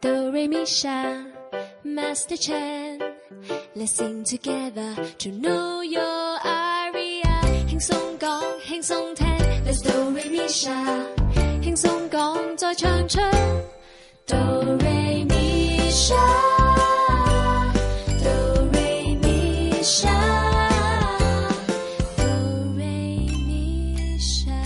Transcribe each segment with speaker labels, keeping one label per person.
Speaker 1: Do re mi sha, Master Chan. Let's sing together to know your aria. 輕鬆講，輕鬆聽，Let's do re mi sha。輕鬆講，再唱出 Do re mi sha。Do re mi sha。Do re mi sha。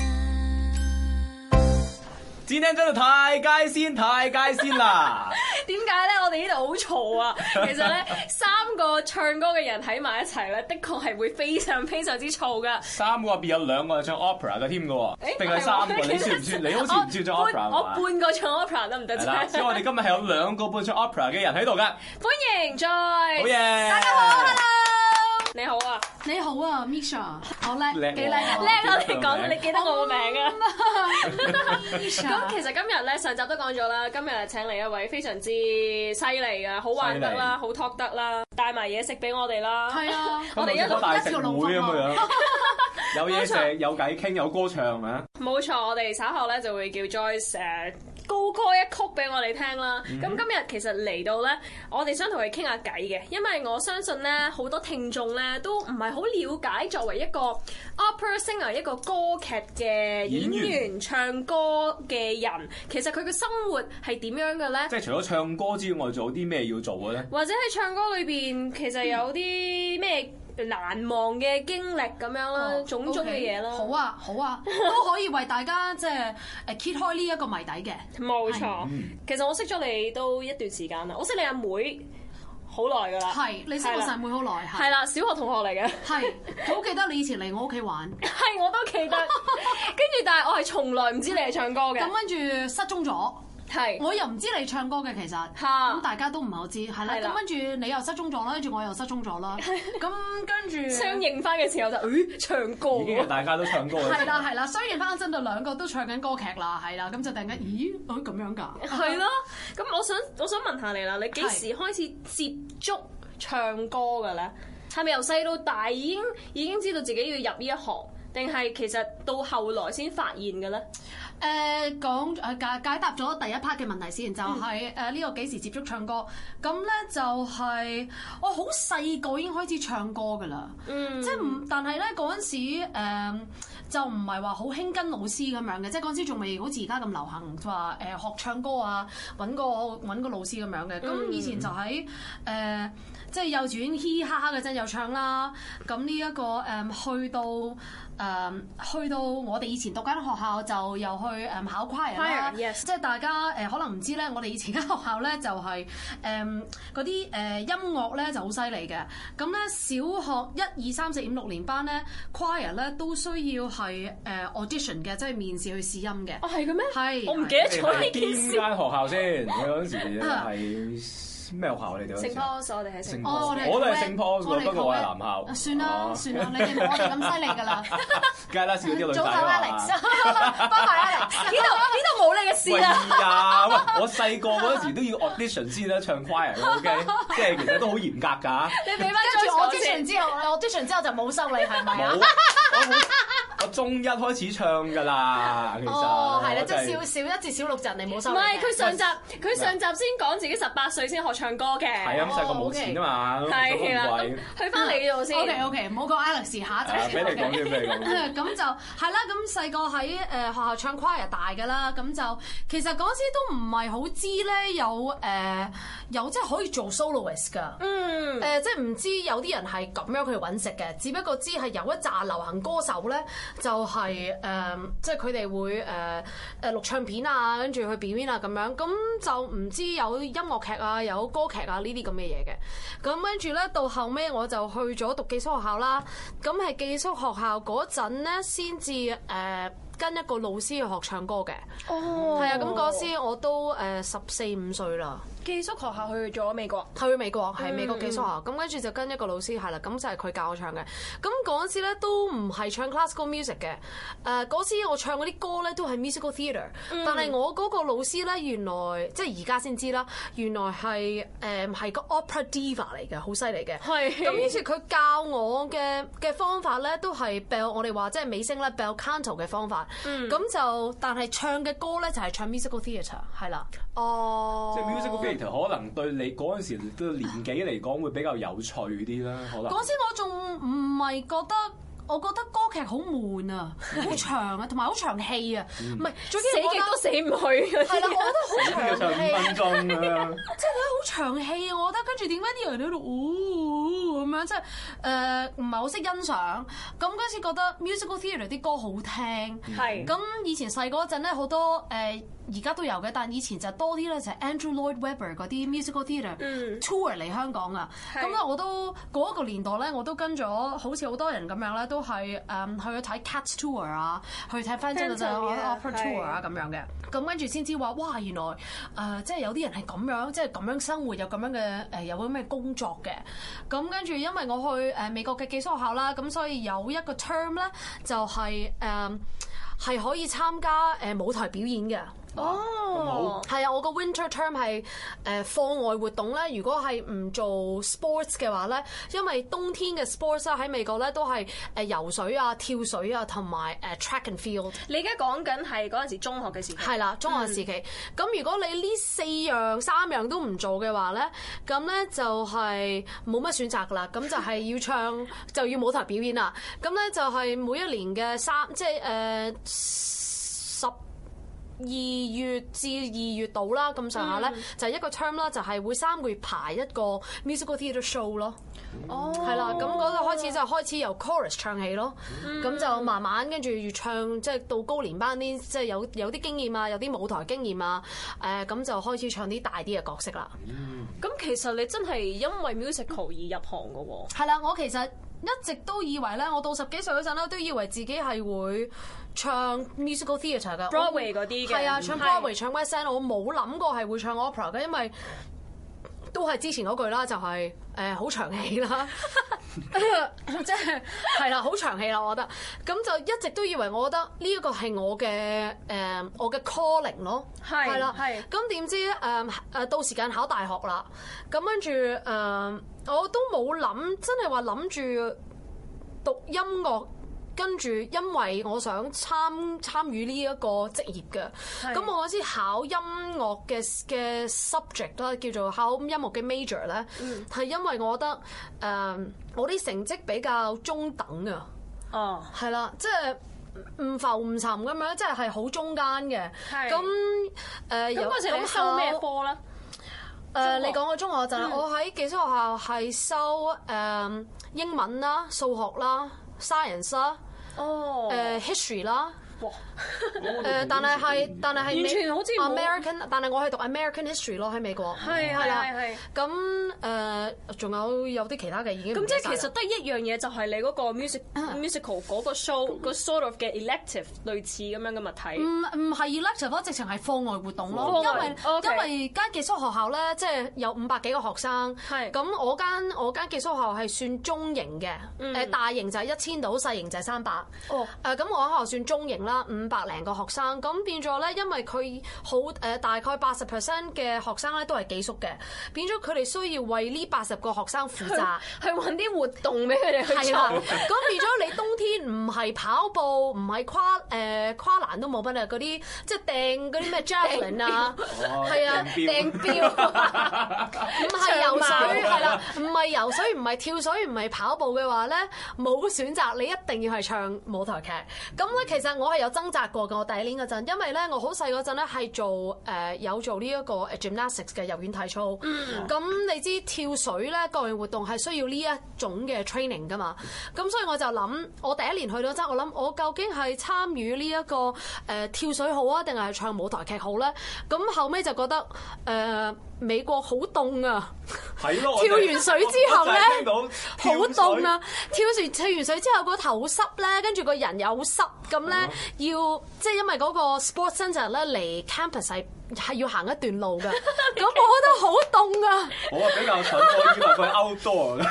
Speaker 2: 今天真係太街先，太街先 啦！
Speaker 3: 點解咧？我哋呢度好嘈啊！ 其實咧，三個唱歌嘅人喺埋一齊咧，的確係會非常非常之嘈噶。
Speaker 2: 三個入邊有兩個係唱 opera 嘅添嘅喎，
Speaker 3: 誒
Speaker 2: 定係三個？
Speaker 3: 係喎
Speaker 2: 你算唔算？你好似唔算唱
Speaker 3: 我
Speaker 2: opera
Speaker 3: 我
Speaker 2: 係嘛？
Speaker 3: 半個唱 opera 得唔得
Speaker 2: 係啦，
Speaker 3: 啫？
Speaker 2: 所以我哋今日係有兩個半唱 opera 嘅人喺度㗎，好
Speaker 3: 歡迎 Joy，
Speaker 2: 嘢！大
Speaker 3: 大家好，Hello，你好啊，
Speaker 4: 你好啊，Misha，好叻，
Speaker 2: 叻喎
Speaker 4: 幾叻啊
Speaker 3: 叻啊！你講，你記得我個名啊？ 咁
Speaker 4: ！Misha，
Speaker 3: 其實今日咧，上集都講咗啦，今日請嚟一位非常之犀利啊，好玩得啦，好 talk 得啦，帶埋嘢食俾我哋啦。
Speaker 4: 係啊，
Speaker 3: 我哋一路
Speaker 2: 大
Speaker 4: 一
Speaker 2: 食
Speaker 4: 條龍
Speaker 2: 會咁
Speaker 4: 鳳
Speaker 2: 樣
Speaker 4: 凰，
Speaker 2: 有嘢食，有偈傾，有歌唱啊！
Speaker 3: 冇錯，我哋稍後咧就會叫 Joyce 誒、高歌一曲俾我哋聽啦。咁、今日其實嚟到咧，我哋想同佢傾下偈嘅，因為我相信咧好多聽眾咧都唔係好了解作為一個 opera singer 一個歌劇嘅演
Speaker 2: 演
Speaker 3: 員唱歌嘅人，其實佢嘅生活係點樣嘅咧？
Speaker 2: 即係除咗唱歌之外，仲有啲咩要做嘅咧？
Speaker 3: 或者喺唱歌裏邊，其實有啲咩難忘嘅經歷咁樣啦，
Speaker 4: 哦
Speaker 3: 呃種種嘅嘢啦。
Speaker 4: 好啊，好啊，都可以為大家即係誒揭開呢一個謎底嘅。
Speaker 3: 冇錯，
Speaker 2: 嗯
Speaker 3: 其實我識咗你都一段時間啦，我識你阿妹好耐噶啦，
Speaker 4: 係，你識我啊細妹好耐，
Speaker 3: 係啦，小學同學嚟嘅，
Speaker 4: 係，好記得你以前嚟我屋企玩，
Speaker 3: 係我都記 得。跟住，但係我係從來唔知你係唱歌嘅
Speaker 4: 咁，跟住失蹤咗。
Speaker 3: 係
Speaker 4: 我又唔知你唱歌嘅其實，
Speaker 3: 嚇
Speaker 4: 咁大家都唔係好知，係啦。
Speaker 3: 係啦
Speaker 4: 咁跟住你又失蹤咗啦，跟住我又失蹤咗啦。咁跟住
Speaker 3: 相應翻嘅時候就，
Speaker 4: 嗯
Speaker 3: 咦，唱歌
Speaker 2: 已經係
Speaker 3: 喎，
Speaker 2: 大家都唱歌嘅時候
Speaker 4: 係啦係啦，雖然翻身到兩個都唱緊歌劇啦，係啦，咁就突然間，咦，誒咁樣㗎？
Speaker 3: 係咯。咁我想我想問下你啦，你幾時開始接觸唱歌嘅咧？係咪由細到大已經已經知道自己要入呢一行，定係其實到後來先發現嘅咧？
Speaker 4: 誒呃講誒解解答咗第一 part 嘅問題先，就係誒呢個幾時接觸唱歌？咁咧就係我好細個已經開始唱歌㗎啦，
Speaker 3: 嗯
Speaker 4: 即係唔但係咧嗰陣時誒就唔係話好興跟老師咁樣嘅，即係嗰陣時仲未好似而家咁流行話誒學唱歌啊，揾個揾個老師咁樣嘅。
Speaker 3: 嗯
Speaker 4: 咁以前就喺誒即係幼稚園嘻嘻哈哈嘅陣有唱啦，咁呢一個誒去到誒去到我哋以前讀間學校就又去誒考 choir 啦
Speaker 3: Choir，yes
Speaker 4: 即係大家誒可能唔知咧，我哋以前間學校咧就係誒嗰啲誒音樂咧就好犀利嘅。咁咧小學一二三四五六年班咧 choir 咧都需要係誒 audition 嘅，即係面試去試音嘅。
Speaker 2: 嗯
Speaker 3: 哦，係嘅咩？
Speaker 4: 係
Speaker 3: 我唔記得
Speaker 2: 你
Speaker 3: 咗呢
Speaker 2: 係邊
Speaker 3: 件
Speaker 2: 間
Speaker 3: 事。
Speaker 2: 學校 先？你嗰陣時
Speaker 3: 啊
Speaker 2: 係咩學校嚟？你哋嗰陣時
Speaker 3: 聖 Paul's 我哋係聖
Speaker 2: 聖
Speaker 3: Paul's
Speaker 4: 哦我哋
Speaker 2: 我都係
Speaker 4: Coed，
Speaker 2: 聖 Paul's
Speaker 4: 我
Speaker 2: 喎，
Speaker 4: 哋
Speaker 2: 不過我係
Speaker 4: Coed
Speaker 2: 男校。
Speaker 4: 算啦
Speaker 2: 哦
Speaker 4: 算啦，你哋冇我哋咁犀利 㗎啦，
Speaker 2: 梗係啦，少咗啲女仔
Speaker 4: 早唞
Speaker 2: 啊嘛
Speaker 4: Alex，拜 拜 Alex，
Speaker 3: 呢度呢度冇你嘅事啊
Speaker 2: 喂
Speaker 3: 啦。
Speaker 2: 呀，喂！我細個嗰陣時都要 audition 先啦，唱 choir，OK，即係其實都好嚴格㗎。
Speaker 3: 你俾翻
Speaker 4: 跟住
Speaker 3: 張
Speaker 4: 我
Speaker 3: 我
Speaker 4: audition
Speaker 3: 先。
Speaker 4: 之後，我 audition 之後就冇收你係咪啊
Speaker 2: 冇，我？好我中一開始唱㗎啦，其實。
Speaker 4: 哦，係啦，
Speaker 2: 我
Speaker 4: 即
Speaker 2: 真
Speaker 4: 係小小一至小六陣你冇
Speaker 3: 唔
Speaker 4: 收你嘅。
Speaker 3: 係佢上集，佢上集先講自己十八歲先學唱歌嘅。
Speaker 2: 係啊，咁細個冇錢啊嘛，
Speaker 4: 哦
Speaker 2: 咁
Speaker 3: 係啦，咁
Speaker 2: 貴。
Speaker 3: 去翻啊你度先。
Speaker 4: O K O K，唔好講 Alex，下一
Speaker 2: 啊
Speaker 4: 集
Speaker 2: 俾
Speaker 4: 先。
Speaker 2: 你講
Speaker 4: OK
Speaker 2: 先，俾你講先。
Speaker 4: 咁就係啦，咁細個喺誒學校唱 choir 大㗎啦，咁就其實嗰時都唔係好知咧，有誒有即係可以做 soloist 㗎。
Speaker 3: 嗯
Speaker 4: 誒、，即係唔知有啲人係咁樣佢哋揾食嘅，只不過知係有一紮流行歌手咧，就係、誒、即係佢哋會誒誒、錄唱片啊，跟住去表演啊咁樣，咁就唔知有音樂劇啊，有歌劇啊呢啲咁嘅嘢嘅。咁跟住咧，到後尾我就去咗讀寄宿學校啦。咁係寄宿學校嗰陣咧，先至誒跟一個老師去學唱歌嘅。
Speaker 3: 哦
Speaker 4: 係啊，咁嗰時我都誒十四五歲啦。
Speaker 3: 寄宿學校去咗美國，
Speaker 4: 去美國係美國寄宿學校，咁跟住就跟一個老師係啦，咁就係佢教我唱嘅。咁嗰陣時咧都唔係唱 classical music 嘅，誒、嗰時我唱嗰啲歌咧都係 musical theatre，、但係我嗰個老師咧原來即係而家先知啦，原來係誒係個 opera diva 嚟嘅，好犀利嘅。
Speaker 3: 係
Speaker 4: 咁於是佢教我嘅嘅方法咧都係 bel 我哋話即係美聲咧 bel canto 嘅方法，咁、就但係唱嘅歌咧就係唱 musical theatre 係啦。哦，
Speaker 2: 即係 musical theatre 可能對你嗰陣時嘅年紀嚟講會比較有趣啲啦，可能。
Speaker 4: 嗰時我仲唔係覺得。我覺得歌劇好悶啊，好長啊，同埋好長氣啊，唔係最
Speaker 3: 死
Speaker 4: 緊要我
Speaker 3: 極
Speaker 4: 覺
Speaker 3: 都
Speaker 4: 得
Speaker 3: 死唔去嗰
Speaker 4: 係啦，
Speaker 3: 啲。
Speaker 4: 我覺得好
Speaker 2: 呢個就五
Speaker 4: 長氣，
Speaker 2: 分鐘咁樣，
Speaker 4: 啊即係覺得好長氣啊！我覺得跟住點解啲人喺度哦咁樣，即係誒唔係好識欣賞。咁嗰時覺得 musical theatre 啲歌好聽，
Speaker 3: 係
Speaker 4: 咁以前細嗰陣咧，好多誒而家都有嘅，但以前就多啲咧，就係 Andrew Lloyd Webber 嗰啲 musical theatre、
Speaker 3: 嗯
Speaker 4: tour 嚟香港啊。
Speaker 3: 係
Speaker 4: 咁咧我都嗰一個年代咧，我都跟咗好似好多人咁樣咧，都係誒、嗯去睇 Cats tour 啊，去睇翻真
Speaker 3: Phantom
Speaker 4: 就係
Speaker 3: 嘅
Speaker 4: opera tour 啊
Speaker 3: 係
Speaker 4: 咁樣嘅。咁跟住先知話，哇！原來誒、呃即係有啲人係咁樣，即係咁樣生活，有咁樣嘅誒、呃有咁嘅工作嘅。咁跟住，因為我去誒、呃美國嘅寄宿學校啦，咁所以有一個 term 咧，就係誒係可以參加誒、呃舞台表演嘅。
Speaker 3: 哦，
Speaker 4: 係啊，我個 winter term 係誒、呃課外活動咧。如果係唔做 sports 嘅話咧，因為冬天嘅 sports 啊喺美國咧都係誒游水啊、跳水啊同埋誒 track and field。
Speaker 3: 你而家講緊係嗰陣時中學嘅時期。嗯
Speaker 4: 係啦，中學時期。咁、如果你呢四樣三樣都唔做嘅話咧，咁咧就係冇乜選擇㗎啦。咁就係 要唱，就要舞台表演啦。咁咧就係每一年嘅三，即係誒、呃十。二月至二月度啦，咁上下
Speaker 3: 嗯
Speaker 4: 咧就係一個 term 啦，就係會三個月排一個 musical theatre show 咯。
Speaker 3: 哦，
Speaker 4: 係啦，咁嗰度開始就開始由 chorus 唱起咯，咁就慢慢跟住越唱，即係到高年班啲，即係有有啲經驗啊，有啲舞台經驗啊，誒咁就開始唱啲大啲嘅角色啦。
Speaker 3: 咁其實你真係因為 musical 而入行嘅喎。
Speaker 4: 係啦，我其實一直都以為咧，我到十幾歲嗰陣咧，都以為自己係會唱 musical theatre 嘅
Speaker 3: Broadway 嗰啲嘅嗯
Speaker 4: 係啊，唱
Speaker 3: 係
Speaker 4: Broadway、唱 West End，我冇諗過係會唱 opera 嘅，因為都係之前嗰句啦，就係誒好長氣啦，即係 係啦，好長氣啦，我覺得。咁就一直都以為我覺得呢一個係我嘅誒、我嘅 calling 咯，
Speaker 3: 係
Speaker 4: 啦，
Speaker 3: 係
Speaker 4: 咁點知誒誒到時間考大學啦，咁跟住誒我都冇諗，真係話諗住讀音樂。跟住，因為我想參參與呢一個職業嘅，
Speaker 3: 係
Speaker 4: 咁我嗰時考音樂嘅嘅 subject 啦，叫做考音樂嘅 major 咧，
Speaker 3: 嗯
Speaker 4: 係、因為我覺得誒、我啲成績比較中等啊。
Speaker 3: 哦，
Speaker 4: 係啦，即係唔浮唔沉咁樣，即係係好中間嘅。
Speaker 3: 係
Speaker 4: 咁誒，
Speaker 3: 咁
Speaker 4: 有
Speaker 3: 嗰陣你收咩
Speaker 4: 考
Speaker 3: 科咧？
Speaker 4: 誒，
Speaker 3: 中
Speaker 4: 你
Speaker 3: 學嗯
Speaker 4: 講個中學嗰陣啦，我喺寄宿學校係收誒英文啦、數學啦、science 啦、
Speaker 3: 哦，
Speaker 4: 誒呃 history 啦。
Speaker 3: 哇，
Speaker 4: 誒，但係係，但係係美
Speaker 3: 完全好似冇
Speaker 4: American，但係我係讀 American history 咯，喺美國。
Speaker 3: 係係
Speaker 4: 啦
Speaker 3: 係係。
Speaker 4: 咁誒，仲有有啲其他嘅已經唔
Speaker 3: 咁即
Speaker 4: 記
Speaker 3: 係其
Speaker 4: 得晒啦啊
Speaker 3: 實得一樣嘢，就係你嗰個 music musical 嗰個 show 個 sort of 嘅 elective 類似咁樣嘅物體。
Speaker 4: 唔唔係 elective 咯，直情係課外活動
Speaker 3: 課
Speaker 4: 咯，因
Speaker 3: 外
Speaker 4: 為
Speaker 3: OK
Speaker 4: 因為間寄宿學校咧，即係有五百幾個學生，
Speaker 3: 係
Speaker 4: 咁我間我間寄宿學校係算中型嘅，誒大型就係一千到，細型就係三百，
Speaker 3: 嗯哦
Speaker 4: 誒咁我間學校算中型啦，五百零個學生，咁變咗咧，因為佢好誒大概八十 percent 嘅學生咧都係寄宿嘅，變咗佢哋需要為呢八十個學生負責。
Speaker 3: 去揾啲活動俾佢哋去
Speaker 4: 係啊啦，
Speaker 3: 做，
Speaker 4: 咁變咗你冬天唔係跑步，唔係跨誒、呃跨欄都冇乜啊！嗰啲即係掟嗰啲咩 javelin 啊，
Speaker 2: 哦
Speaker 4: 係啊，
Speaker 2: 掟
Speaker 4: 掟標，唔係游水係啦，唔係游水，唔係跳水，唔係跑步嘅話咧，冇選擇，你一定要係唱舞台劇。咁咧，其實我係有掙扎過嘅，我第一年嗰陣，因為咧我好細嗰陣咧係做誒、呃有做呢一個呃 gymnastics 嘅柔軟體操，咁、你知跳水咧各樣活動係需要呢一種嘅 training 噶嘛，咁所以我就諗，我第一年去到真，我諗我究竟係參與呢、一個誒、呃跳水好啊，定係唱舞台劇好咧？咁後尾就覺得誒、呃美國好凍啊，啊！
Speaker 2: 係咯，
Speaker 4: 跳完水之後
Speaker 2: 我
Speaker 4: 咧好
Speaker 2: 真係聽到
Speaker 4: 凍！啊！跳完跳完水之後個頭濕咧，跟住個人又濕，咁咧要即係因為嗰個 sports centre 咧離 campus 係係要行一段 路㗎，咁我覺得好凍啊！
Speaker 2: 我啊比較蠢，我以為佢 outdoor 嘅。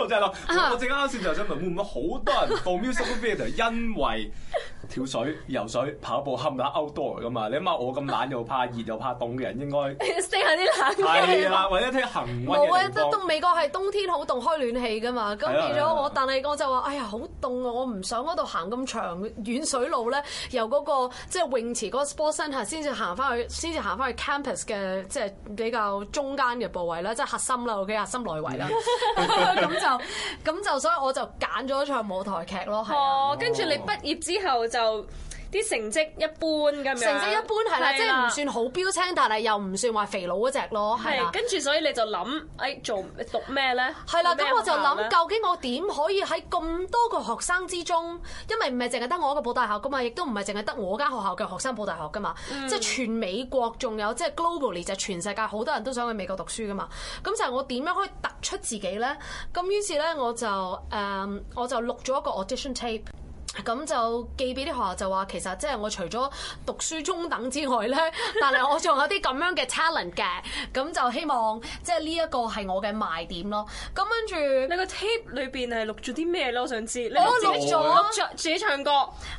Speaker 2: 我真係
Speaker 4: 啊
Speaker 2: 諗，我正啱先就想問，會唔會好多人報 musical theatre 因為跳水、游水、跑步冚唪唥 outdoor 噶嘛？你諗下，我咁懶又怕熱又怕凍嘅人， 應該
Speaker 3: stay 下
Speaker 4: 啊
Speaker 3: 啲冷氣
Speaker 2: 係啊啦，或者一啲恒温
Speaker 4: 冇啊！
Speaker 2: 嘅地
Speaker 4: 得
Speaker 2: 方
Speaker 4: 東美國係冬天好凍，開暖氣㗎嘛，咁
Speaker 2: 係啊
Speaker 4: 變
Speaker 2: 係啊
Speaker 4: 咗
Speaker 2: 係
Speaker 4: 我
Speaker 2: 啊，
Speaker 4: 但係我就話：哎呀，好凍啊！我唔想嗰度行咁長遠水路咧，由嗰、個即係泳池嗰個 sport centre 先至行翻去，先至行翻去 campus 嘅即係比較中間嘅部位啦，即係核心啦，OK，核心內 圍啦。 咁就咁就，所以我就揀咗唱舞台劇咯，係啊。
Speaker 3: 哦，跟住你畢業之後就啲成績一般咁樣，啊
Speaker 4: 成績一般係啦，即係唔算好標青，但係又唔算話肥佬嗰只咯，係啦
Speaker 3: 係，。跟住所以你就諗，誒做讀咩咧？
Speaker 4: 係啦，
Speaker 3: 讀咩
Speaker 4: 咁我就
Speaker 3: 學校呢
Speaker 4: 諗究竟我點可以喺咁多個學生之中，因為唔係淨係得我一個報大學噶嘛，亦都唔係淨係得我間學校嘅學生報大學噶嘛，即係全美國仲有即係 globally 就係全世界好多人都想去美國讀書噶嘛。咁就係我點樣可以突出自己呢？咁於是呢，我就誒、嗯我就錄咗一個 audition tape。咁就寄俾啲學校就話，其實即係我除咗讀書中等之外咧，但係我仲有啲咁樣嘅 talent 嘅，咁就希望即係呢一個係我嘅賣點咯。咁跟住
Speaker 3: 你個 tape 裏邊係錄咗啲咩咧？我想知。你
Speaker 4: 我
Speaker 3: 自己
Speaker 4: 錄咗
Speaker 3: 錄咗自己唱歌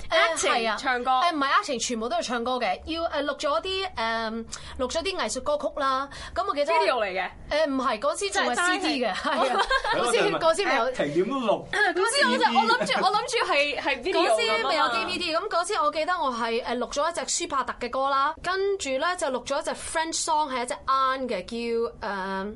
Speaker 4: 係啊
Speaker 3: ，acting 唱歌。
Speaker 4: 誒唔係 acting，全部都係唱歌嘅，要誒錄咗啲誒錄咗啲藝術歌曲啦。咁我記得
Speaker 3: video 嚟嘅，
Speaker 4: 誒唔係嗰時仲係
Speaker 3: 即係單
Speaker 4: CD 嘅，
Speaker 3: 戲
Speaker 4: 係啊， 嗰時嗰時咪 有。
Speaker 2: 停點 錄，
Speaker 3: 嗰時我就我諗 住我諗住係係 video
Speaker 4: 嗰
Speaker 3: 咁
Speaker 4: 時
Speaker 3: 啊
Speaker 4: 咪有 DVD，咁嗰時我記得我係誒錄咗一隻舒伯特嘅歌啦，跟住咧就錄咗一隻 French song 係一隻 on 嘅，叫誒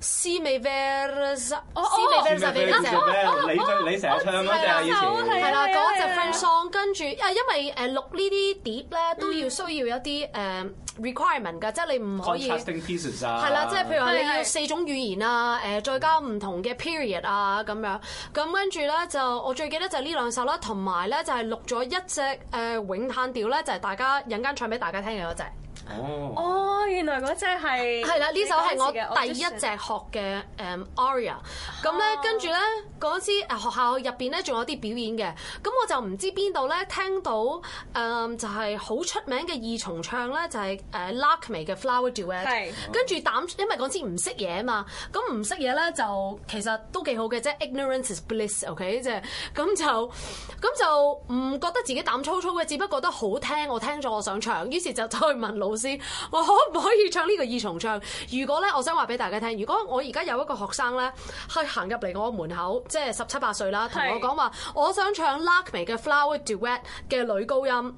Speaker 4: Si me vers，Si
Speaker 3: 哦
Speaker 2: 你
Speaker 4: me vers 俾呢隻。
Speaker 2: 你你成日唱嗰隻啊以前。
Speaker 4: 哦係啦，
Speaker 3: 係啊
Speaker 4: 嗰隻
Speaker 3: 係啊
Speaker 4: French song，跟住啊，因為誒錄呢啲碟咧都
Speaker 3: 嗯
Speaker 4: 要需要一啲誒 requirement 㗎，即係你唔可以。
Speaker 2: contrasting pieces 啊，
Speaker 4: 係啦，即係譬如話你
Speaker 3: 係
Speaker 4: 要
Speaker 3: 係
Speaker 4: 四種語言啊，誒再加唔同嘅 period 啊咁樣，咁跟住咧就我最記得就係呢兩首啦，同埋咧就係錄咗一隻誒、呃咏嘆調咧，就係大家陣間唱俾大家聽嘅嗰隻。
Speaker 2: 哦，
Speaker 3: 哦，原來嗰隻係
Speaker 4: 係啦，呢首係
Speaker 3: 你嗰
Speaker 4: 我
Speaker 3: 陣
Speaker 4: 第
Speaker 3: 時
Speaker 4: 一
Speaker 3: 嘅
Speaker 4: 隻學嘅誒 aria。咁
Speaker 3: 哦
Speaker 4: 咧，跟住咧嗰時誒學校入邊咧仲有啲表演嘅，咁我就唔知邊度咧聽到誒、嗯就係好出名嘅二重唱咧，就係誒 Lakme 嘅 Flower Duet
Speaker 3: 係。
Speaker 4: 跟住膽，因為嗰時唔識嘢啊嘛，咁唔識嘢咧就其實都幾好嘅啫，ignorance is bliss，OK 即係咁就咁就唔覺得自己膽粗粗嘅，只不過覺得好聽，我聽咗我想唱，於是就走去問老師，我可唔可以唱呢個二重唱？如果咧，我想話俾大家聽，如果我而家有一個學生咧，係行入嚟我門口，即係十七八歲啦，同我
Speaker 3: 係
Speaker 4: 講話，我想唱 Lakme 嘅 Flower Duet 嘅女高音。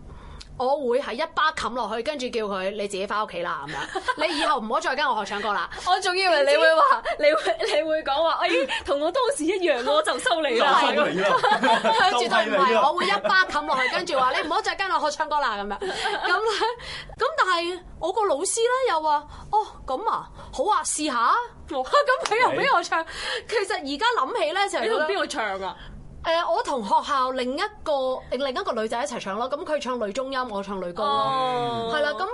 Speaker 4: 我會係一巴冚落去，跟住叫佢你自己翻屋企啦咁樣。 你以後唔好再跟我學唱歌啦。
Speaker 3: 我仲以為你會話，你會你會講話，哎，同我當時一樣，我就收你
Speaker 2: 就
Speaker 3: 啦。
Speaker 2: 係你啦，
Speaker 4: 佢
Speaker 2: 就
Speaker 4: 絕對唔
Speaker 2: 係你
Speaker 4: 係，
Speaker 2: 啦
Speaker 4: 我。會一巴冚落去，跟住話你唔好再跟我學唱歌啦咁 樣。咁咧，咁但係我個老師咧又話：哦，咁啊，好啊，試下 啊。咁佢又俾我唱。其實而家諗起咧就係
Speaker 3: 你同
Speaker 4: 覺得
Speaker 3: 邊個唱啊？
Speaker 4: 誒、我同學校另一個另一個女仔一齊唱咯，咁佢唱女中音，我唱女高咯。
Speaker 3: 哦
Speaker 4: 係啦，咁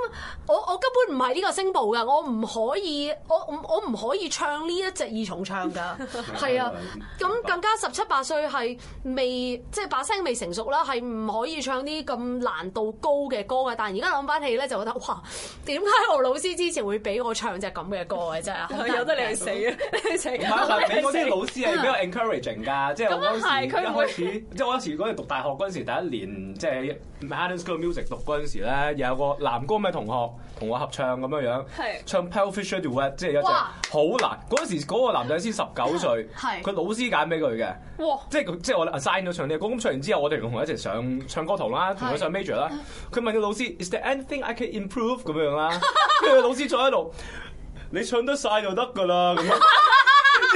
Speaker 4: 我我根本唔係呢個聲部噶，我唔可以，我我我唔可以唱呢一隻二重 唱噶，係啊，咁更加十七八歲係未即係把聲未成熟啦，係唔可以唱啲咁難度高嘅歌嘅。但係而家諗翻起咧，就覺得哇，點解我老師之前會俾我唱隻咁嘅歌嘅真係 好難
Speaker 3: 由得你去死啊！你去死。
Speaker 2: 唔係， 但係你嗰啲老
Speaker 3: 老
Speaker 2: 師係比較 encouraging 㗎，即係我嗰
Speaker 3: 咁啊
Speaker 2: 時
Speaker 3: 係
Speaker 2: 一
Speaker 3: 佢唔
Speaker 2: 開
Speaker 3: 會
Speaker 2: 始，即係我嗰時嗰陣讀大學嗰陣時第一年，即係 Mandarin School of Music 讀嗰陣時咧，又有個男高嘅同學同我合唱咁樣樣
Speaker 3: 係，
Speaker 2: 唱 p e l f i s h e Duet，即係一隻
Speaker 4: 哇
Speaker 2: 好難。嗰陣時嗰個男仔先十九歲，
Speaker 4: 係
Speaker 2: 佢老師揀俾佢嘅。
Speaker 3: 哇！
Speaker 2: 即係佢即係我哋 assign 咗唱呢個歌，咁唱完之後，我哋同佢一齊上唱歌堂啦，同佢上 major
Speaker 5: 嗯
Speaker 2: 啦。佢問個老師：Is there anything I can improve 咁 樣啦？跟住個老師坐喺度，你唱得晒就得㗎啦咁樣。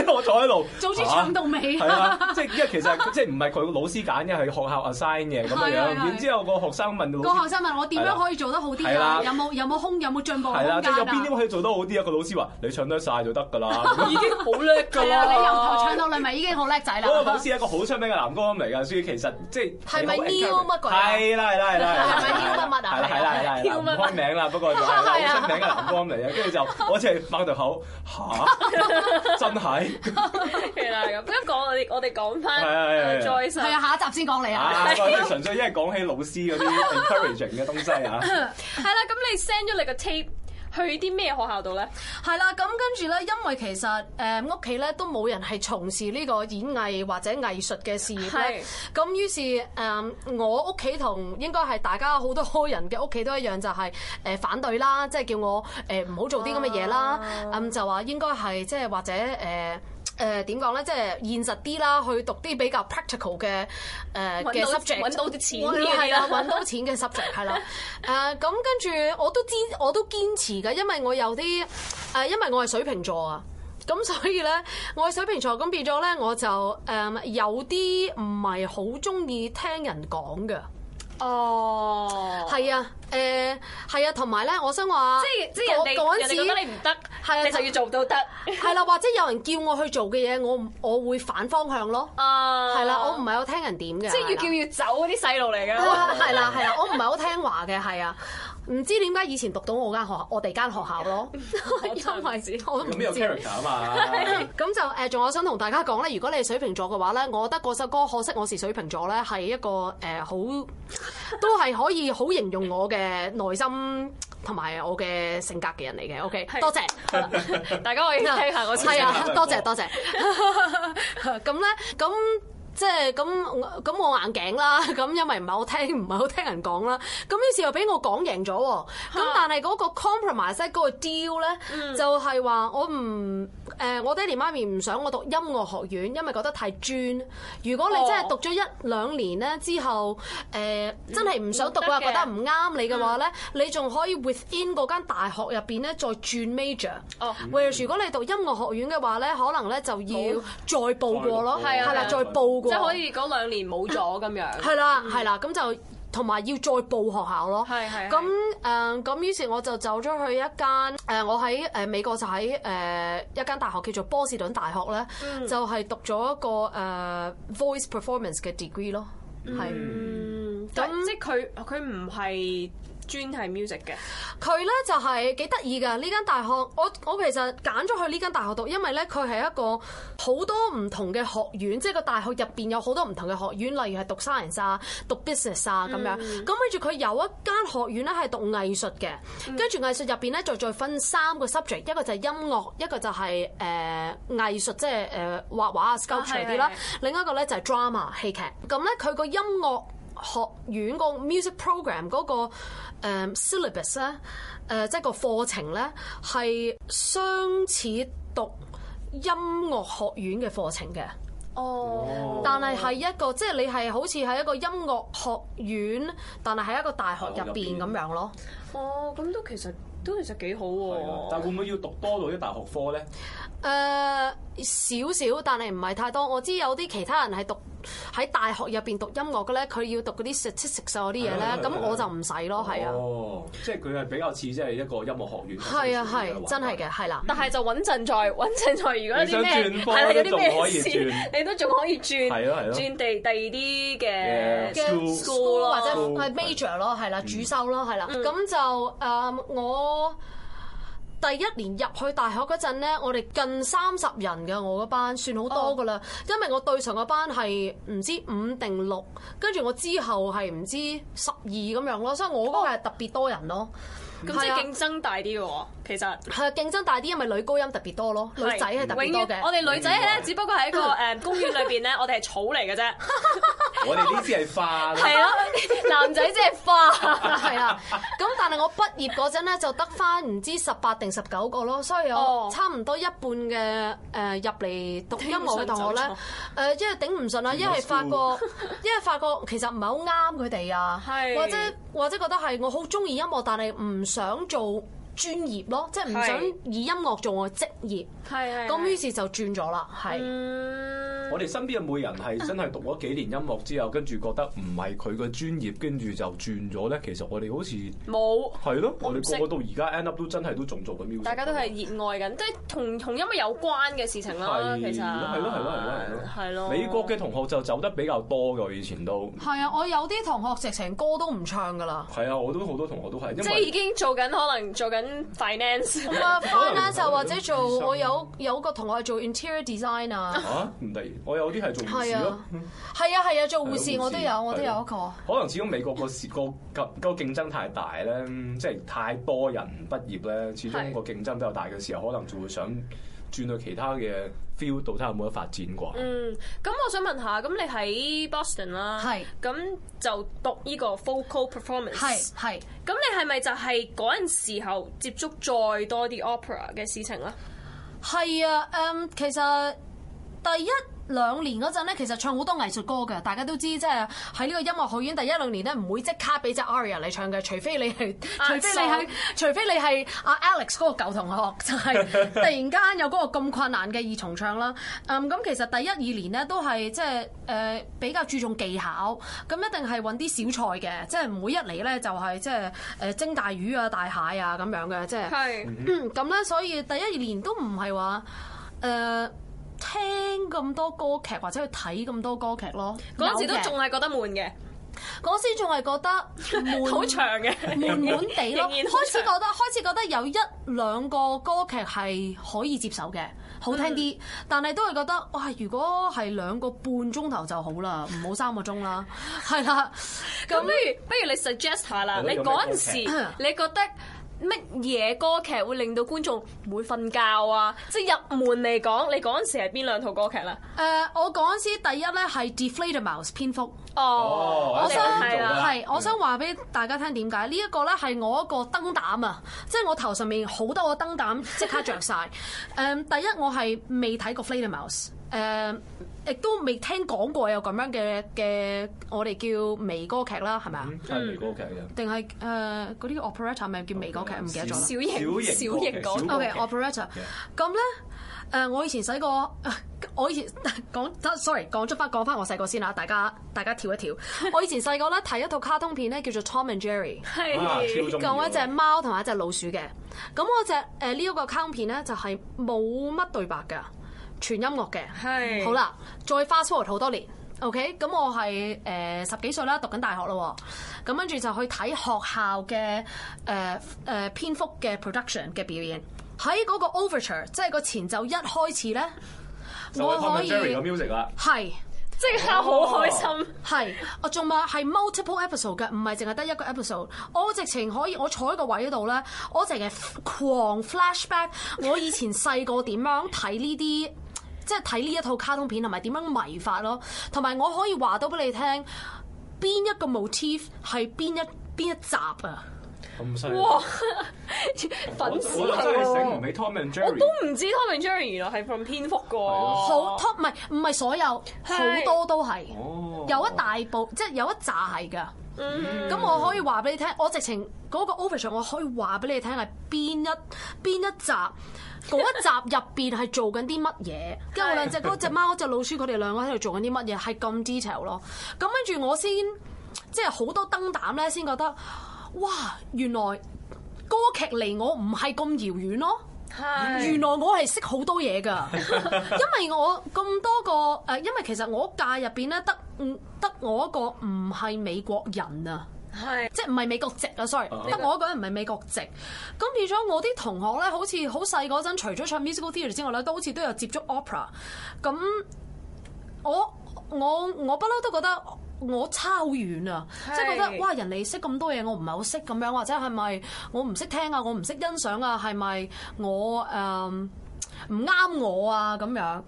Speaker 2: 我坐喺度，
Speaker 5: 早知
Speaker 2: 嚇
Speaker 5: 唱到尾
Speaker 2: 係啦，即係因為其實即係唔係佢老師揀嘅，係學校 assign 嘅咁樣
Speaker 5: 係啊
Speaker 2: 樣。
Speaker 5: 係係
Speaker 2: 然之後個學生問老
Speaker 5: 個
Speaker 2: 師
Speaker 5: 學生問我點樣可以做得好
Speaker 2: 係
Speaker 5: 啲
Speaker 2: 啦
Speaker 5: 啊？有冇有冇空有冇進步空
Speaker 2: 係啦，即
Speaker 5: 間
Speaker 2: 係有邊啲
Speaker 5: 啊？
Speaker 2: 可以做得好啲啊？個老師話：你唱得晒就得㗎啦。咁
Speaker 3: 已經好叻㗎
Speaker 5: 係啊，你由頭
Speaker 3: 啦
Speaker 5: 唱。到你咪已經好叻仔啦。
Speaker 2: 嗰個老師係一個好出名嘅男高音嚟㗎，所以其實即係
Speaker 4: 係咪
Speaker 2: 你好
Speaker 4: Neil
Speaker 2: encourage-
Speaker 4: 乜鬼啊
Speaker 2: 係啦係啦係啦，
Speaker 4: 係咪 Neil 乜乜啊
Speaker 2: 係啦係啦係啦係啦，
Speaker 3: Neil
Speaker 2: 唔
Speaker 3: 乜乜
Speaker 2: 開名啦，不過就 係啦好出名嘅男高音嚟嘅，跟住就我只係擘大口吓，真係
Speaker 3: 係啦，咁咁講我哋我哋講翻
Speaker 2: 係係係係
Speaker 3: Joyce
Speaker 5: 係啊，下一集先講你啊。
Speaker 2: 啊！我哋純粹因為講起老師嗰啲 encouraging 嘅東西啊，
Speaker 3: 係啦，咁你 send 咗你個 tape 去啲咩學校度咧？
Speaker 4: 係啦，咁跟住咧，因為其實呃誒屋企咧都冇人係從事呢個演藝或者藝術嘅事業咧
Speaker 3: 係，
Speaker 4: 咁於是誒、我屋企同應該係大家好多人嘅屋企都一樣，就係、誒反對啦，即係叫我呃誒唔好做啲咁嘅嘢啦，咁、就話應該係即係或者誒。誒點講咧，即係現實啲啦，去讀啲比較 practical 嘅呃誒嘅
Speaker 3: 搵到
Speaker 4: subject，
Speaker 3: 搵到啲錢啲嗰
Speaker 4: 係
Speaker 3: 啲
Speaker 4: 啦
Speaker 3: 啦，
Speaker 4: 揾到錢嘅 subject 係啦。誒咁跟住我都堅我都堅持嘅，因為我有啲誒、因為我係水瓶座啊。咁所以咧，我係水瓶座，咁變咗咧，我就誒、有啲唔係好中意聽人講嘅，
Speaker 3: 哦，
Speaker 4: 係啊，誒、係啊，同埋咧，我想話，
Speaker 3: 即係即係人
Speaker 4: 嗰
Speaker 3: 哋人哋覺得你唔得，
Speaker 4: 係啊
Speaker 3: 你就要做到得。
Speaker 4: 係啦，或者有人叫我去做嘅嘢，我唔我會反方向咯，
Speaker 3: 啊，
Speaker 4: 係啦，我唔係有聽人點嘅，啊
Speaker 3: 即係要叫要走嗰啲細路嚟
Speaker 4: 係
Speaker 3: 嘅。
Speaker 4: 啦係啦係啦，我唔係好聽話嘅，係啊。唔知點解以前讀到我間學校，我哋間學校 咯，
Speaker 3: 啊
Speaker 4: 因 為我都唔
Speaker 2: 咁有
Speaker 4: 知。
Speaker 2: character 啊嘛。
Speaker 4: 咁就誒，仲、有想同大家講咧，如果你係水瓶座嘅話咧，我覺得嗰首歌《可惜我是水瓶座》咧，係一個誒、好，都係可以好形容我嘅內心同埋我嘅性格嘅人嚟嘅。OK，
Speaker 3: 係
Speaker 4: 多謝。
Speaker 3: 大家可 以聽下我先
Speaker 4: 係啊
Speaker 2: 先，
Speaker 4: 多謝多 謝。咁咧，咁即係咁咁我硬頸啦， 咁因為唔係好聽，唔係好聽人講啦。咁於是又俾我講贏咗喎。咁但係嗰個 compromise 咧，嗰個
Speaker 3: 嗯
Speaker 4: deal 咧，就係話我唔誒，我爹哋媽咪唔想我讀音樂學院，因為覺得太專。如果你真係
Speaker 3: 哦
Speaker 4: 讀咗一兩年咧之後，誒真係唔想讀
Speaker 3: 唔得
Speaker 4: 啊，
Speaker 3: 嘅嗯
Speaker 4: 覺得唔啱你嘅話咧，你仲可以 within 嗰間大學入邊咧再轉 major。
Speaker 3: 哦
Speaker 4: whereas 如果你讀音樂學院嘅話咧，可能咧就要再報過咯，
Speaker 2: 再
Speaker 3: 報
Speaker 4: 係啦，
Speaker 3: 係啊
Speaker 4: 再報過，
Speaker 3: 即係可以嗰兩年冇咗咁樣。
Speaker 4: 係啦，係啦，咁就同埋要再報學校咯。
Speaker 3: 係係係
Speaker 4: 咁誒，咁於是我就走咗去一間誒，我喺誒美國就喺誒一間大學叫做波士頓大學
Speaker 3: 嗯
Speaker 4: 咧，就係讀咗一個誒 voice performance 嘅 degree 咯，係。
Speaker 3: 嗯，咁
Speaker 4: 咁
Speaker 3: 即係佢佢唔係專係 music 嘅。
Speaker 4: 佢咧就係幾得意㗎，呢間大學，我我其實揀咗去呢間大學讀，因為咧佢係一個好多唔同嘅學院，即係個大學入邊有好多唔同嘅學院，例如係讀 science 啊、讀 business
Speaker 3: 嗯
Speaker 4: 啊咁樣。咁跟住佢有一間學院咧係讀藝術嘅，
Speaker 3: 嗯
Speaker 4: 跟住藝術入邊咧就再分三個 subject，一個就係音樂，一個就係、誒、藝術，即係誒、畫畫啊、sculpture 啲啦，
Speaker 3: 係係係
Speaker 4: 另一個咧就係 drama 戲劇。咁咧佢個音樂學院個 music program 嗰、個誒 syllabus 咧，誒、即係個課程咧係相似讀音樂學院嘅課程嘅。
Speaker 3: 哦
Speaker 4: 但係係一個，即係你係好似喺一個音樂學院，但係喺一個大學入邊咁樣咯。
Speaker 3: 哦，咁都其實都其實幾好
Speaker 2: 係啊但
Speaker 3: 喎。
Speaker 2: 會唔會要讀多到啲大學科咧？
Speaker 4: 誒、呃少少，但係唔係太多。我知有啲其他人係讀喺大學入邊讀音樂嘅咧，佢要讀嗰啲 statistics 啊嗰啲嘢
Speaker 2: 係啊係啊
Speaker 4: 咧，咁我就唔使咯，係啊，
Speaker 2: 哦，即係佢係比較似即係一個音樂學院。
Speaker 4: 係啊，係真係嘅，係啦。
Speaker 3: 但係就穩陣在， 穩陣在。如果有啲
Speaker 2: 你
Speaker 3: 咩
Speaker 2: 想轉科
Speaker 3: 係啦有
Speaker 2: 都仲
Speaker 3: 啲
Speaker 2: 可
Speaker 3: 咩
Speaker 2: 以
Speaker 3: 事，
Speaker 2: 轉
Speaker 3: 你都仲可以轉，
Speaker 2: 係啊咯係咯
Speaker 3: 轉地第二
Speaker 2: Yeah
Speaker 3: 啲
Speaker 4: 嘅
Speaker 3: 嘅
Speaker 2: School-
Speaker 4: school 或者
Speaker 2: school，
Speaker 4: 係 major 咯，係
Speaker 3: 嗯
Speaker 4: 啦，主修咯，係啦。咁就誒我。第一年入去大學嗰陣咧，我哋近三十人嘅我嗰班算好多噶
Speaker 3: 哦
Speaker 4: 啦，因為我對上嗰班係唔知五定六，跟住我之後係唔知十二咁樣咯，所以
Speaker 3: 哦
Speaker 4: 我嗰個係特別多人咯。
Speaker 3: 咁即
Speaker 4: 係
Speaker 3: 係
Speaker 4: 啊
Speaker 3: 競爭大啲嘅喎。其實
Speaker 4: 係啊，競爭大啲，因為女高音特別多咯，女仔係特別
Speaker 3: 永
Speaker 4: 多
Speaker 3: 遠我
Speaker 4: 嘅。
Speaker 3: 哋女仔咧，只不 過喺一個誒公園裏邊咧， 我哋係草嚟嘅啫。
Speaker 2: 我哋呢啲係化啦。
Speaker 3: 係啊， 男仔即係花。
Speaker 4: 啊 係啦，咁但係我畢業嗰陣咧就得翻唔知十八定十九個咯，所以我
Speaker 3: 哦
Speaker 4: 差唔多一半嘅誒入嚟讀音樂嘅
Speaker 3: 頂唔
Speaker 4: 同學
Speaker 3: 順走
Speaker 4: 咧
Speaker 3: 錯，
Speaker 4: 誒一係呃頂唔順
Speaker 6: 啊
Speaker 4: 啦，一係發覺
Speaker 2: school，
Speaker 6: 嗯
Speaker 4: 一係發覺其實唔係好啱佢哋啊，
Speaker 3: 係
Speaker 4: 或者或者覺得係我好中意音樂，但係唔想做
Speaker 6: 專業咯，即係唔
Speaker 3: 係
Speaker 6: 想以音樂做我職業。
Speaker 3: 係係
Speaker 6: 咁於是就轉咗啦，係。
Speaker 3: 嗯
Speaker 2: 我哋身邊嘅每人係真係讀咗幾年音樂之後，跟住覺得唔係佢嘅專業，跟住就轉咗咧。其實我哋好似
Speaker 3: 冇。
Speaker 2: 係咯，我
Speaker 3: 唔識
Speaker 2: 哋個個到而家 end up 都真係都仲做緊 music，
Speaker 3: 大家都係熱愛緊，即係同同音樂有關嘅事情啦。
Speaker 2: 係
Speaker 3: 啊其實
Speaker 2: 係咯係咯係咯係咯
Speaker 3: 係咯。
Speaker 2: 美國嘅同學就走得比較多嘅，我以前都
Speaker 6: 係啊，我有啲同學直情歌都唔唱噶啦。
Speaker 2: 係啊，我都好多同學都係，
Speaker 3: 即
Speaker 2: 因
Speaker 3: 係已
Speaker 2: 為
Speaker 3: 經做緊，可能做緊 finance。
Speaker 6: 咁啊，finance 又或者
Speaker 2: 醫
Speaker 6: 做
Speaker 2: 生
Speaker 6: 我有有個同學係做 interior design 啊，
Speaker 2: 啊唔得，我有啲係做護
Speaker 6: 係
Speaker 2: 士咯
Speaker 6: 啊。，係啊係啊，做護
Speaker 2: 係
Speaker 6: 士
Speaker 2: 啊
Speaker 6: 我都
Speaker 2: 護士
Speaker 6: 有我都
Speaker 2: 係啊
Speaker 6: 有一個。
Speaker 2: 可能始終美國個市個個個競爭太大咧，即係太多人畢業咧，始終
Speaker 3: 係
Speaker 2: 個競爭比較大嘅時候，可能就會想轉去其他嘅 field 度睇下有冇得發展啩。
Speaker 3: 嗯，咁我想問下，咁你喺 Boston 啦，
Speaker 4: 係
Speaker 3: 咁就讀呢個 vocal performance，
Speaker 4: 係係。
Speaker 3: 咁你係咪就係嗰陣時候接觸再多啲 opera 嘅事情咧？
Speaker 4: 係啊，誒，其實第一。兩年嗰陣咧，其實唱好多藝術歌嘅，大家都知，即係喺呢個音樂學院第一兩年咧，唔會即刻俾隻 aria 你唱嘅，除非你係，
Speaker 3: 啊
Speaker 4: 除非你
Speaker 3: 手，
Speaker 4: 係除非你係阿 Alex 嗰個舊同學，就係 突然間有嗰個咁困難嘅二重唱啦。嗯，咁其實第一二年咧都係即係誒比較注重技巧，咁一定係揾啲小菜嘅，即係唔會一嚟咧就係即係誒蒸大魚啊、大蟹啊咁樣嘅，即係。
Speaker 3: 係，
Speaker 4: 嗯咁咧，所以第一二年都唔係話誒聽咁多歌劇或者去睇咁多歌劇咯。
Speaker 3: 嗰陣時都
Speaker 4: 有嘅
Speaker 3: 仲係覺得悶嘅，
Speaker 4: 嗰時仲係覺得 悶
Speaker 3: 好長嘅，
Speaker 4: 悶悶地 咯，
Speaker 3: 仍然好
Speaker 4: 開始覺
Speaker 3: 長
Speaker 4: 得開始覺得有一兩個歌劇係可以接受嘅，好聽啲，
Speaker 3: 嗯
Speaker 4: 但係都係覺得哇，如果係兩個半鐘頭就好啦，唔好三個鐘啦，係啦，
Speaker 3: 咁
Speaker 4: 咁
Speaker 3: 不如不如你 suggest 下啦，
Speaker 2: 係咯
Speaker 3: 你
Speaker 2: 有啊咩歌
Speaker 3: 嗰陣時你覺得乜嘢歌劇會令到觀眾唔會瞓覺啊？即係入門嚟講，你嗰陣時係邊兩套歌劇啦？
Speaker 4: 誒，我嗰陣時第一咧係 Deflatormouse 蝙蝠。
Speaker 2: 哦
Speaker 4: 我
Speaker 2: 你
Speaker 4: 想啊
Speaker 2: 係
Speaker 3: 係啊啦，
Speaker 4: 係，我想話俾大家聽點解呢一個咧係我一個燈膽啊，即係我頭上面好多個燈膽即刻着晒。 誒、第一我係未睇過 Fledermaus。誒，亦都未聽講過有咁樣嘅嘅，我哋叫微歌劇啦，係咪啊？
Speaker 2: 係嗯美國劇嘅。
Speaker 4: 定係誒嗰啲 operetta 咪叫微歌劇？唔記得咗啦。
Speaker 3: 小型
Speaker 2: 小型
Speaker 3: 小型
Speaker 2: 歌劇
Speaker 4: O.K.
Speaker 2: 小歌劇
Speaker 4: operator，咁咧誒，我以前細個， 我以前講，sorry，講咗翻講翻我細個先啊啦，大家大家跳一跳。我以前細個咧睇一套卡通片咧，叫做《Tom and Jerry
Speaker 2: 啊超
Speaker 3: 係
Speaker 2: 中》，
Speaker 4: 講一隻
Speaker 2: 意
Speaker 4: 貓同埋一隻老鼠嘅。咁我隻誒呢一個卡通片咧，就係冇乜對白㗎，全音樂嘅。
Speaker 3: 係
Speaker 4: 好啦，再 fast forward 好多年。OK，咁我係誒、呃十幾歲啦，讀緊大學咯喎，咁跟住就去睇學校嘅呃誒誒蝙蝠嘅 production 嘅表演，喺嗰個 overture，即係個前奏一開始咧，
Speaker 2: 就係
Speaker 4: 我
Speaker 2: Tom
Speaker 4: 可
Speaker 2: and Jerry 嘅
Speaker 4: 以
Speaker 2: music 啦。
Speaker 4: 係。
Speaker 3: 即刻好開心。
Speaker 4: 係，我仲話係 multiple episode 嘅，唔係淨係得一個 episode。我直情可以，我坐喺個位嗰度咧，我淨係狂 flashback 我以前細個點樣睇呢啲，即係睇呢一套卡通片同埋點樣迷法咯，同埋我可以話到俾你聽，邊一個 motif 係邊一邊一集啊！
Speaker 2: 咁犀利！
Speaker 3: 哇
Speaker 2: 我！
Speaker 3: 粉
Speaker 2: 哦我
Speaker 3: 絲
Speaker 2: 真係醒唔起 Tom and
Speaker 3: 我
Speaker 2: Jerry。
Speaker 3: 都唔知 Tom and Jerry 原來係 from 蝙蝠嘅喎。
Speaker 4: 好 top 唔係唔係所有，好
Speaker 3: 係
Speaker 4: 多都係，
Speaker 2: 哦
Speaker 4: 有一大部即係有一紮係㗎。
Speaker 3: 嗯，
Speaker 4: 咁我可以話俾你聽，我直情嗰個 overture 我可以話俾你聽係邊一邊一集，嗰一集入邊係做緊啲乜嘢，跟住我兩隻嗰只貓、嗰只老鼠，佢哋兩個喺度做緊啲乜嘢，係咁 detail 咯。咁跟住我先即係好多燈膽咧，先覺得哇，原來歌劇離我唔係咁遙遠咯。
Speaker 3: 係
Speaker 4: 原來我係識好多嘢㗎，因為我咁多個誒、因為其實我界入邊咧得嗯得我一個唔係美國人啊。
Speaker 3: 係
Speaker 4: 即係唔係美國籍啊，sorry，
Speaker 2: 啊
Speaker 4: 得我一個人唔係美國籍。咁變咗我啲同學咧，好似好細嗰陣，除咗唱 musical theatre 之外咧，都好似都有接觸 opera。咁我我我不嬲都覺得我差好遠啊！
Speaker 3: 係
Speaker 4: 即係覺得哇，人哋識咁多嘢，我唔係好識咁樣，或者係咪我唔識聽啊？我唔識欣賞啊？係咪我誒唔啱我啊？咁樣。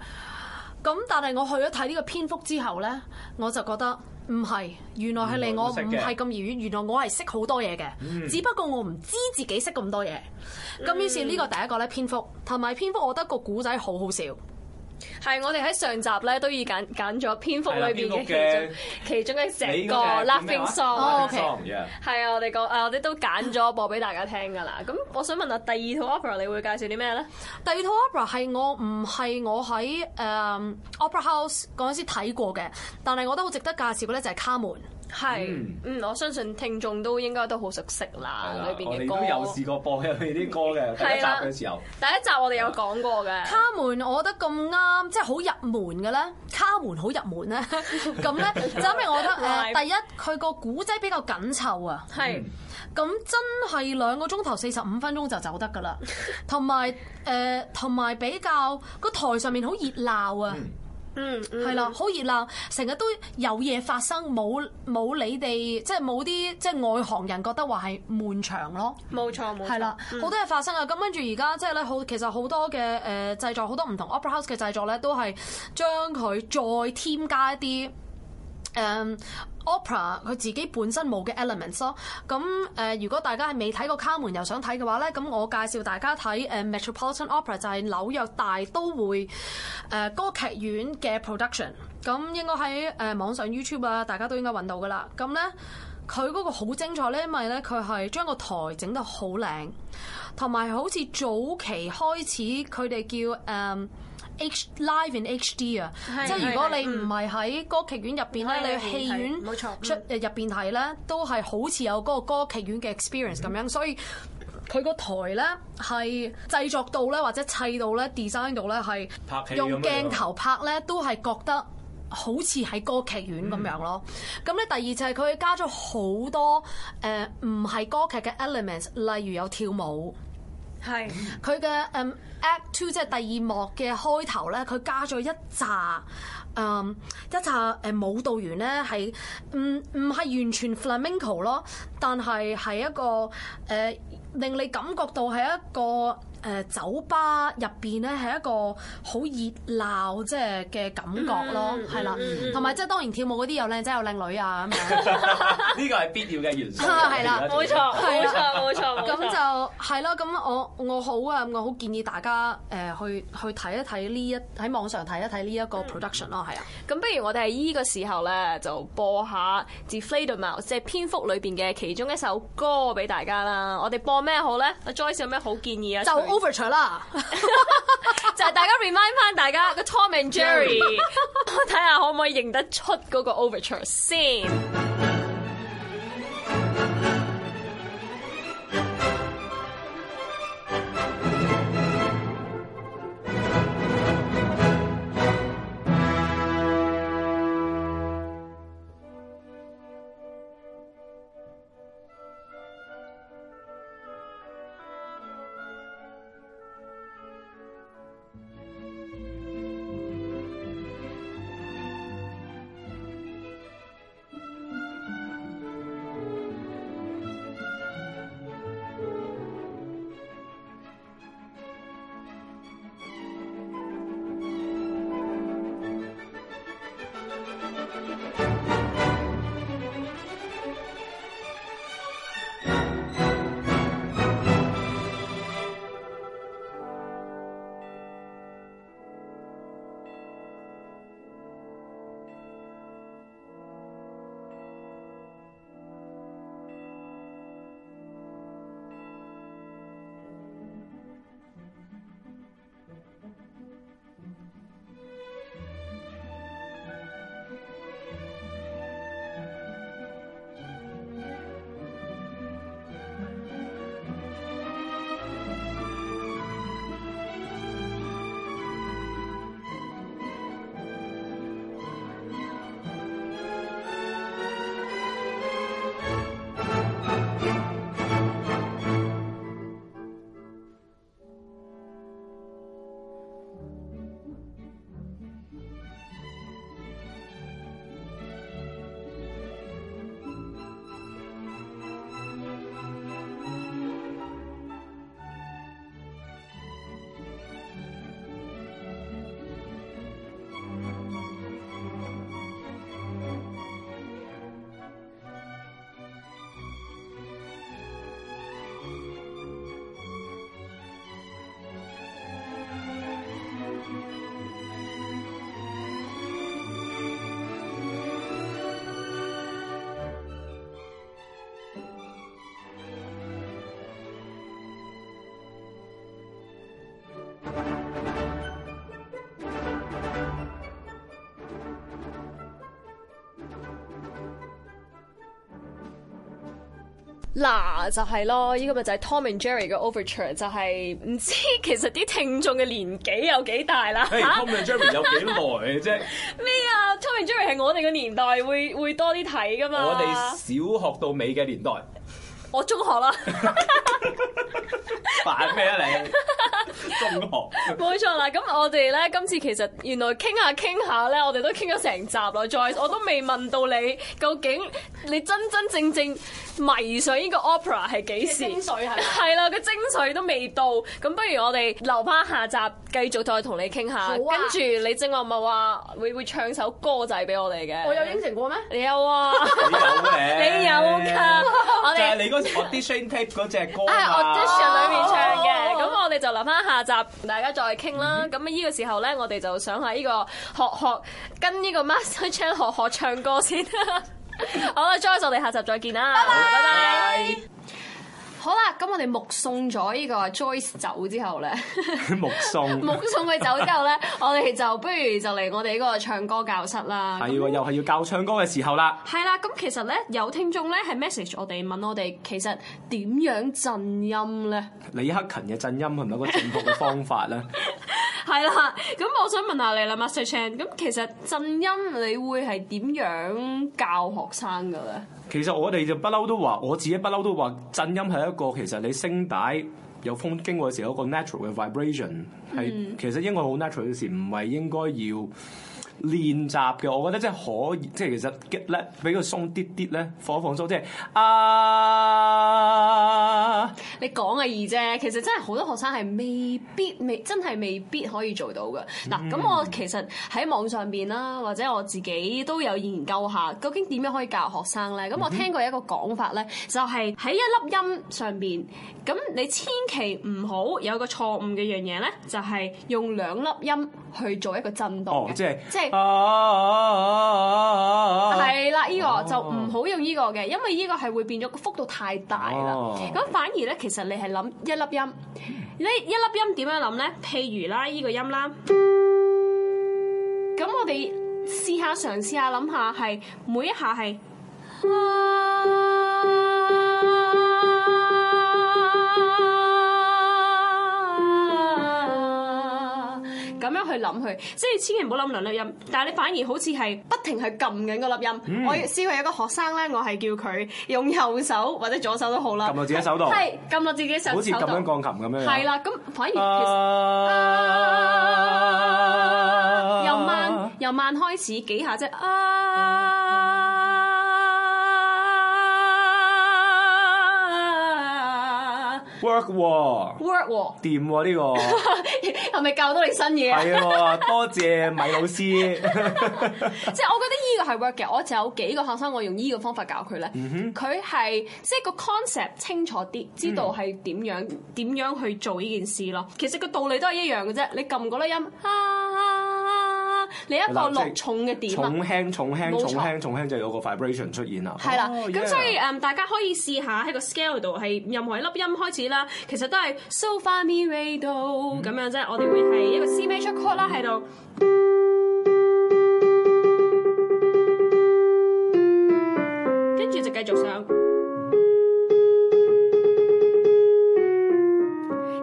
Speaker 4: 咁但係我去咗睇呢個蝙蝠之後咧，我就覺得唔係，原來係
Speaker 2: 原來
Speaker 4: 令
Speaker 2: 嗯都
Speaker 4: 我唔
Speaker 2: 識嘅
Speaker 4: 係咁遙遠，原來我係識好多嘢嘅，只不過我唔知自己識咁多嘢。咁於是呢個第一個咧，蝙蝠同埋蝙蝠，我覺得個古仔好好笑。
Speaker 3: 係我哋喺上集咧都已揀揀咗蝙蝠
Speaker 2: 係
Speaker 3: 裏
Speaker 2: 啦蝙
Speaker 3: 邊
Speaker 2: 蝠
Speaker 3: 嘅
Speaker 2: 嘅
Speaker 3: 其中其中嘅
Speaker 2: 你
Speaker 3: 成
Speaker 2: 嗰隻
Speaker 3: 個
Speaker 2: 叫咩
Speaker 3: laughing
Speaker 2: 話哦
Speaker 3: song。啊
Speaker 2: Laughing Song，yeah
Speaker 3: 係啊，我哋個誒我哋都揀咗播俾大家聽㗎啦。咁我想問下第二套 opera 你會介紹啲咩咧？
Speaker 4: 第二套 opera 係我唔係我喺誒、嗯 opera house 嗰陣時睇過嘅，但係我覺得好值得介紹嘅咧就係卡門。
Speaker 3: 係，嗯，我相信聽眾都應該都好熟悉
Speaker 2: 係啦
Speaker 3: 啦，裏邊
Speaker 2: 我
Speaker 3: 嘅
Speaker 2: 哋
Speaker 3: 歌。
Speaker 2: 都有試過播佢啲歌嘅，第一
Speaker 3: 係
Speaker 2: 集
Speaker 3: 啦
Speaker 2: 嘅時候，
Speaker 3: 第一集我哋有講過嘅，
Speaker 2: 嗯
Speaker 4: 卡門我覺得咁啱，即係好入門嘅咧。卡門好入門咧，咁咧就因為我覺得誒、
Speaker 3: Live
Speaker 4: 第一佢個古仔比較緊湊啊，
Speaker 3: 係
Speaker 4: 咁真係兩個鐘頭四十五分鐘就走得 㗎啦，同埋誒同埋比較個台上面好熱鬧啊。
Speaker 3: 嗯嗯
Speaker 4: 係啦，好熱鬧，成日都有嘢發生，冇冇你哋即係冇啲即係外行人覺得話係悶場咯。
Speaker 3: 冇錯冇錯，
Speaker 4: 係啦，好多嘢發生啊！咁跟住而家即係咧，好其實好多嘅誒製作，好多唔同 opera house 嘅製作咧，都係將佢再添加一啲誒、嗯 opera 佢自己本身冇嘅 elements 咯。咁誒、呃如果大家係未睇過《卡門》又想睇嘅話咧，咁我介紹大家睇誒、呃 Metropolitan Opera 就係紐約大都會誒、呃歌劇院嘅 production。咁應該喺誒、呃、網上 YouTube 啊，大家都應該揾到噶啦。咁咧。佢嗰個好精彩咧，因為咧佢係將個台整得好靚，同埋好似早期開始佢哋叫誒、嗯 H live in HD 啊，
Speaker 3: 係
Speaker 4: 即係如
Speaker 3: 係
Speaker 4: 果
Speaker 3: 嗯
Speaker 4: 你唔係喺歌劇院入邊咧，
Speaker 3: 係
Speaker 4: 你去戲院
Speaker 3: 係冇錯嗯
Speaker 4: 出入邊睇咧，都係好似有嗰個歌劇院嘅 experience 咁
Speaker 3: 嗯
Speaker 4: 樣，所以。佢個台咧係製作到咧，或者砌到咧，design 到咧係
Speaker 2: 拍
Speaker 3: 啊
Speaker 2: 戲咁樣
Speaker 4: 用鏡頭拍咧，都係覺得好似喺歌劇院咁樣咯。
Speaker 3: 嗯
Speaker 4: 咁咧、第二就係佢加咗好多誒唔係歌劇嘅 elements，例如有跳舞。
Speaker 3: 係
Speaker 4: 佢嘅誒 Act Two 即係第二幕嘅開頭咧，佢加咗一紮誒一紮誒舞蹈員咧，係唔唔係完全 flamenco 咯，但係係一個誒、呃令你感覺到係一個誒、呃酒吧入邊咧係一個好熱鬧即係嘅感覺咯，係啦、同埋即係當然跳舞嗰啲又靚仔又靚女啊咁樣。
Speaker 2: 呢個係必要嘅元素。
Speaker 4: 啊係啦
Speaker 2: 而家
Speaker 3: 冇錯冇錯哦冇錯冇錯，
Speaker 4: 咁就係咯，咁我我好啊，我好建議大家誒、呃去去睇一睇呢一喺網上睇一睇呢一個 production 咯，係啊，
Speaker 3: 咁不如我哋喺依個時候咧，就播下《自 Fledermaus》即係蝙蝠裏邊嘅其中一首歌俾大家啦。我哋播咩好咧？阿 Joyce 有咩好建議啊？
Speaker 4: 就
Speaker 3: 除
Speaker 4: overture 啦，
Speaker 3: 就係大家 remind 翻大家個 Tom and Jerry，睇 下可唔可以認得出嗰個 overture 先。
Speaker 7: Thank
Speaker 3: 嗱就係咯，呢個咪就係 Tom and Jerry 嘅 Overture，就係唔知其實啲聽眾嘅年紀有幾 大啦
Speaker 2: 誒
Speaker 3: 嚇
Speaker 2: ，Tom and Jerry 有幾耐嘅 啫？
Speaker 3: 咩啊？Tom and Jerry 係我哋嘅年代會會多啲睇噶嘛。
Speaker 2: 我哋小學到尾嘅年代，
Speaker 3: 我中學啦，
Speaker 2: 扮咩啊 你？中學
Speaker 3: 冇錯啦。咁我哋咧今次其實原來傾下傾下咧，我哋都傾咗成集啦。再我都未問到你究竟你真真正正迷上呢個 opera 係幾時？
Speaker 4: 精髓係咪
Speaker 3: 係啦，個精髓都未到。咁不如我哋留翻下集繼續再同你傾下。
Speaker 4: 啊
Speaker 3: 跟住你正話咪話會會唱首歌仔俾我哋嘅。
Speaker 4: 我有應承過咩？
Speaker 3: 你有 啊？
Speaker 2: 你有咧？
Speaker 3: 你有㗎？我
Speaker 2: 就
Speaker 3: 哋
Speaker 2: 係。你嗰時 audition tape 嗰只歌
Speaker 3: 啊，audition 裏面唱嘅，
Speaker 4: 哦
Speaker 3: 咁我哋就留翻下集大家再傾啦。咁呢個時候咧，我哋就想喺呢個學學跟呢個 Master Chan 學學唱歌 先。好啦，Joyce，我哋下集再見啦，拜拜。好啦，咁我哋目送咗呢個 Joyce 走之後 咧，
Speaker 2: 裏面唱目送
Speaker 3: 目送佢走之後咧，我哋就不如就嚟我哋呢個唱歌教室啦。
Speaker 2: 係喎，又係要教唱歌嘅時候啦。
Speaker 3: 係啦，咁其實咧有聽眾咧係 message 我哋問我哋其實點樣震音咧？
Speaker 2: 李克勤嘅震音係咪一個正確嘅方法咧？
Speaker 3: 係啦，咁我想問下你啦，Master Chan，咁其實震音你會係點樣教學生嘅咧？
Speaker 2: 其實我哋就不嬲都話，我自己不嬲都話，震音係一個其實你聲帶有風經過嘅時候有一個 natural 嘅 vibration，係、其實應該好 natural 嘅事，唔係應該要練習嘅。我覺得即係可以，即係其實 get 咧，俾佢鬆啲啲咧，放一放鬆，即係啊。
Speaker 3: 你講嘅易啫，其實真係好多學生係未必未真係未必可以做到嘅。
Speaker 2: 嗯
Speaker 3: 嗱，咁我其實喺網上邊啦，或者我自己都有研究下，究竟點樣可以教學生咧？
Speaker 2: 嗯
Speaker 3: 咁我聽過一個講法咧，就係喺一粒音上邊，咁你千祈唔好有個錯誤嘅樣嘢咧，就係用兩粒音去做一個震動
Speaker 2: 哦
Speaker 3: 嘅，
Speaker 2: 即係
Speaker 3: 即係
Speaker 2: 啊。
Speaker 3: 係啦，呢個就
Speaker 2: 哦
Speaker 3: 唔好用呢個嘅，因為呢個係會變咗個幅度太大啦
Speaker 2: 哦。
Speaker 3: 咁反而咧，其實你係諗一粒音，你一粒音點樣諗咧？譬如啦，呢個音啦，咁我哋試下嘗試下諗下係每一下係。咁樣去諗佢，即係千祈唔好諗兩粒音，但係你反而好似係不停去撳緊嗰粒音。我試過有個學生咧，我係叫佢用右手或者左手都好啦，
Speaker 2: 撳落自己手度
Speaker 3: 係撳落自己手
Speaker 2: 好似
Speaker 3: 手
Speaker 2: 咁樣
Speaker 3: 度，
Speaker 2: 鋼琴咁樣。
Speaker 3: 係。啦，咁反而其實。
Speaker 2: 啊
Speaker 3: 由慢由慢開始幾下啫，啊
Speaker 2: work 喎，
Speaker 3: work 喎，
Speaker 2: 掂喎呢個，
Speaker 3: 係咪教到你新嘢啊？
Speaker 2: 係喎，多謝米老師。
Speaker 3: 即係我覺得呢個係 work 嘅，我就有幾個學生我用呢個方法教佢咧，
Speaker 2: 嗯
Speaker 3: 佢係即係個 concept 清楚啲，知道係點樣
Speaker 2: 嗯
Speaker 3: 點樣去做呢件事咯。其實個道理都係一樣嘅啫，你撳嗰粒音啊，你一個
Speaker 2: 嗱即係
Speaker 3: 落重嘅點啊
Speaker 2: 重。輕重輕
Speaker 3: 冇錯
Speaker 2: 重輕重輕就有個 vibration 出現啦。
Speaker 3: 係啦，
Speaker 2: 哦
Speaker 3: 咁
Speaker 2: Oh, yeah
Speaker 3: 所以誒，大家可以試下喺個 scale 度係任何一粒音開始啦，其實都係 so fa mi re do 咁樣啫，我哋會係一個 C major chord 啦喺度。跟住就繼續上。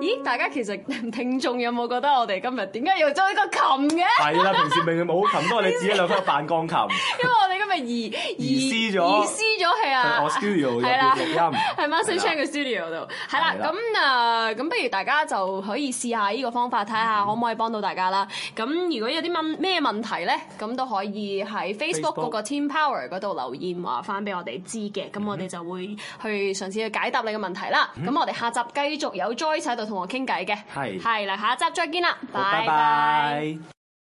Speaker 3: 咦？大家其實 聽眾有冇覺得我哋今日點解要做呢個琴嘅？
Speaker 2: 係啦，平時明明冇琴，都係你自己兩個扮鋼琴。
Speaker 3: 因為我哋今日移
Speaker 2: 移師咗
Speaker 3: 移師咗 係啊，
Speaker 2: 我 studio 入
Speaker 3: 係啦
Speaker 2: 邊錄音
Speaker 3: 係
Speaker 2: 係
Speaker 3: Master
Speaker 2: 啦
Speaker 3: Chan 嘅 studio 度，係啦
Speaker 2: 係。啦
Speaker 3: 咁啊，咁不如大家就可以試下呢個方法，睇下
Speaker 2: 嗯
Speaker 3: 可唔可以幫到大家啦。咁如果有啲問咩問題咧，咁都可以喺 Facebook 嗰個 Team Power 嗰度留言話翻俾我哋知嘅。
Speaker 2: 嗯
Speaker 3: 咁我哋就會去嘗試去解答你嘅問題啦。咁我哋下集繼續有 Joyce 喺度同我傾偈嘅，
Speaker 2: 係
Speaker 3: 係啦，下一集再見啦，
Speaker 2: 好拜
Speaker 3: 拜
Speaker 2: 拜。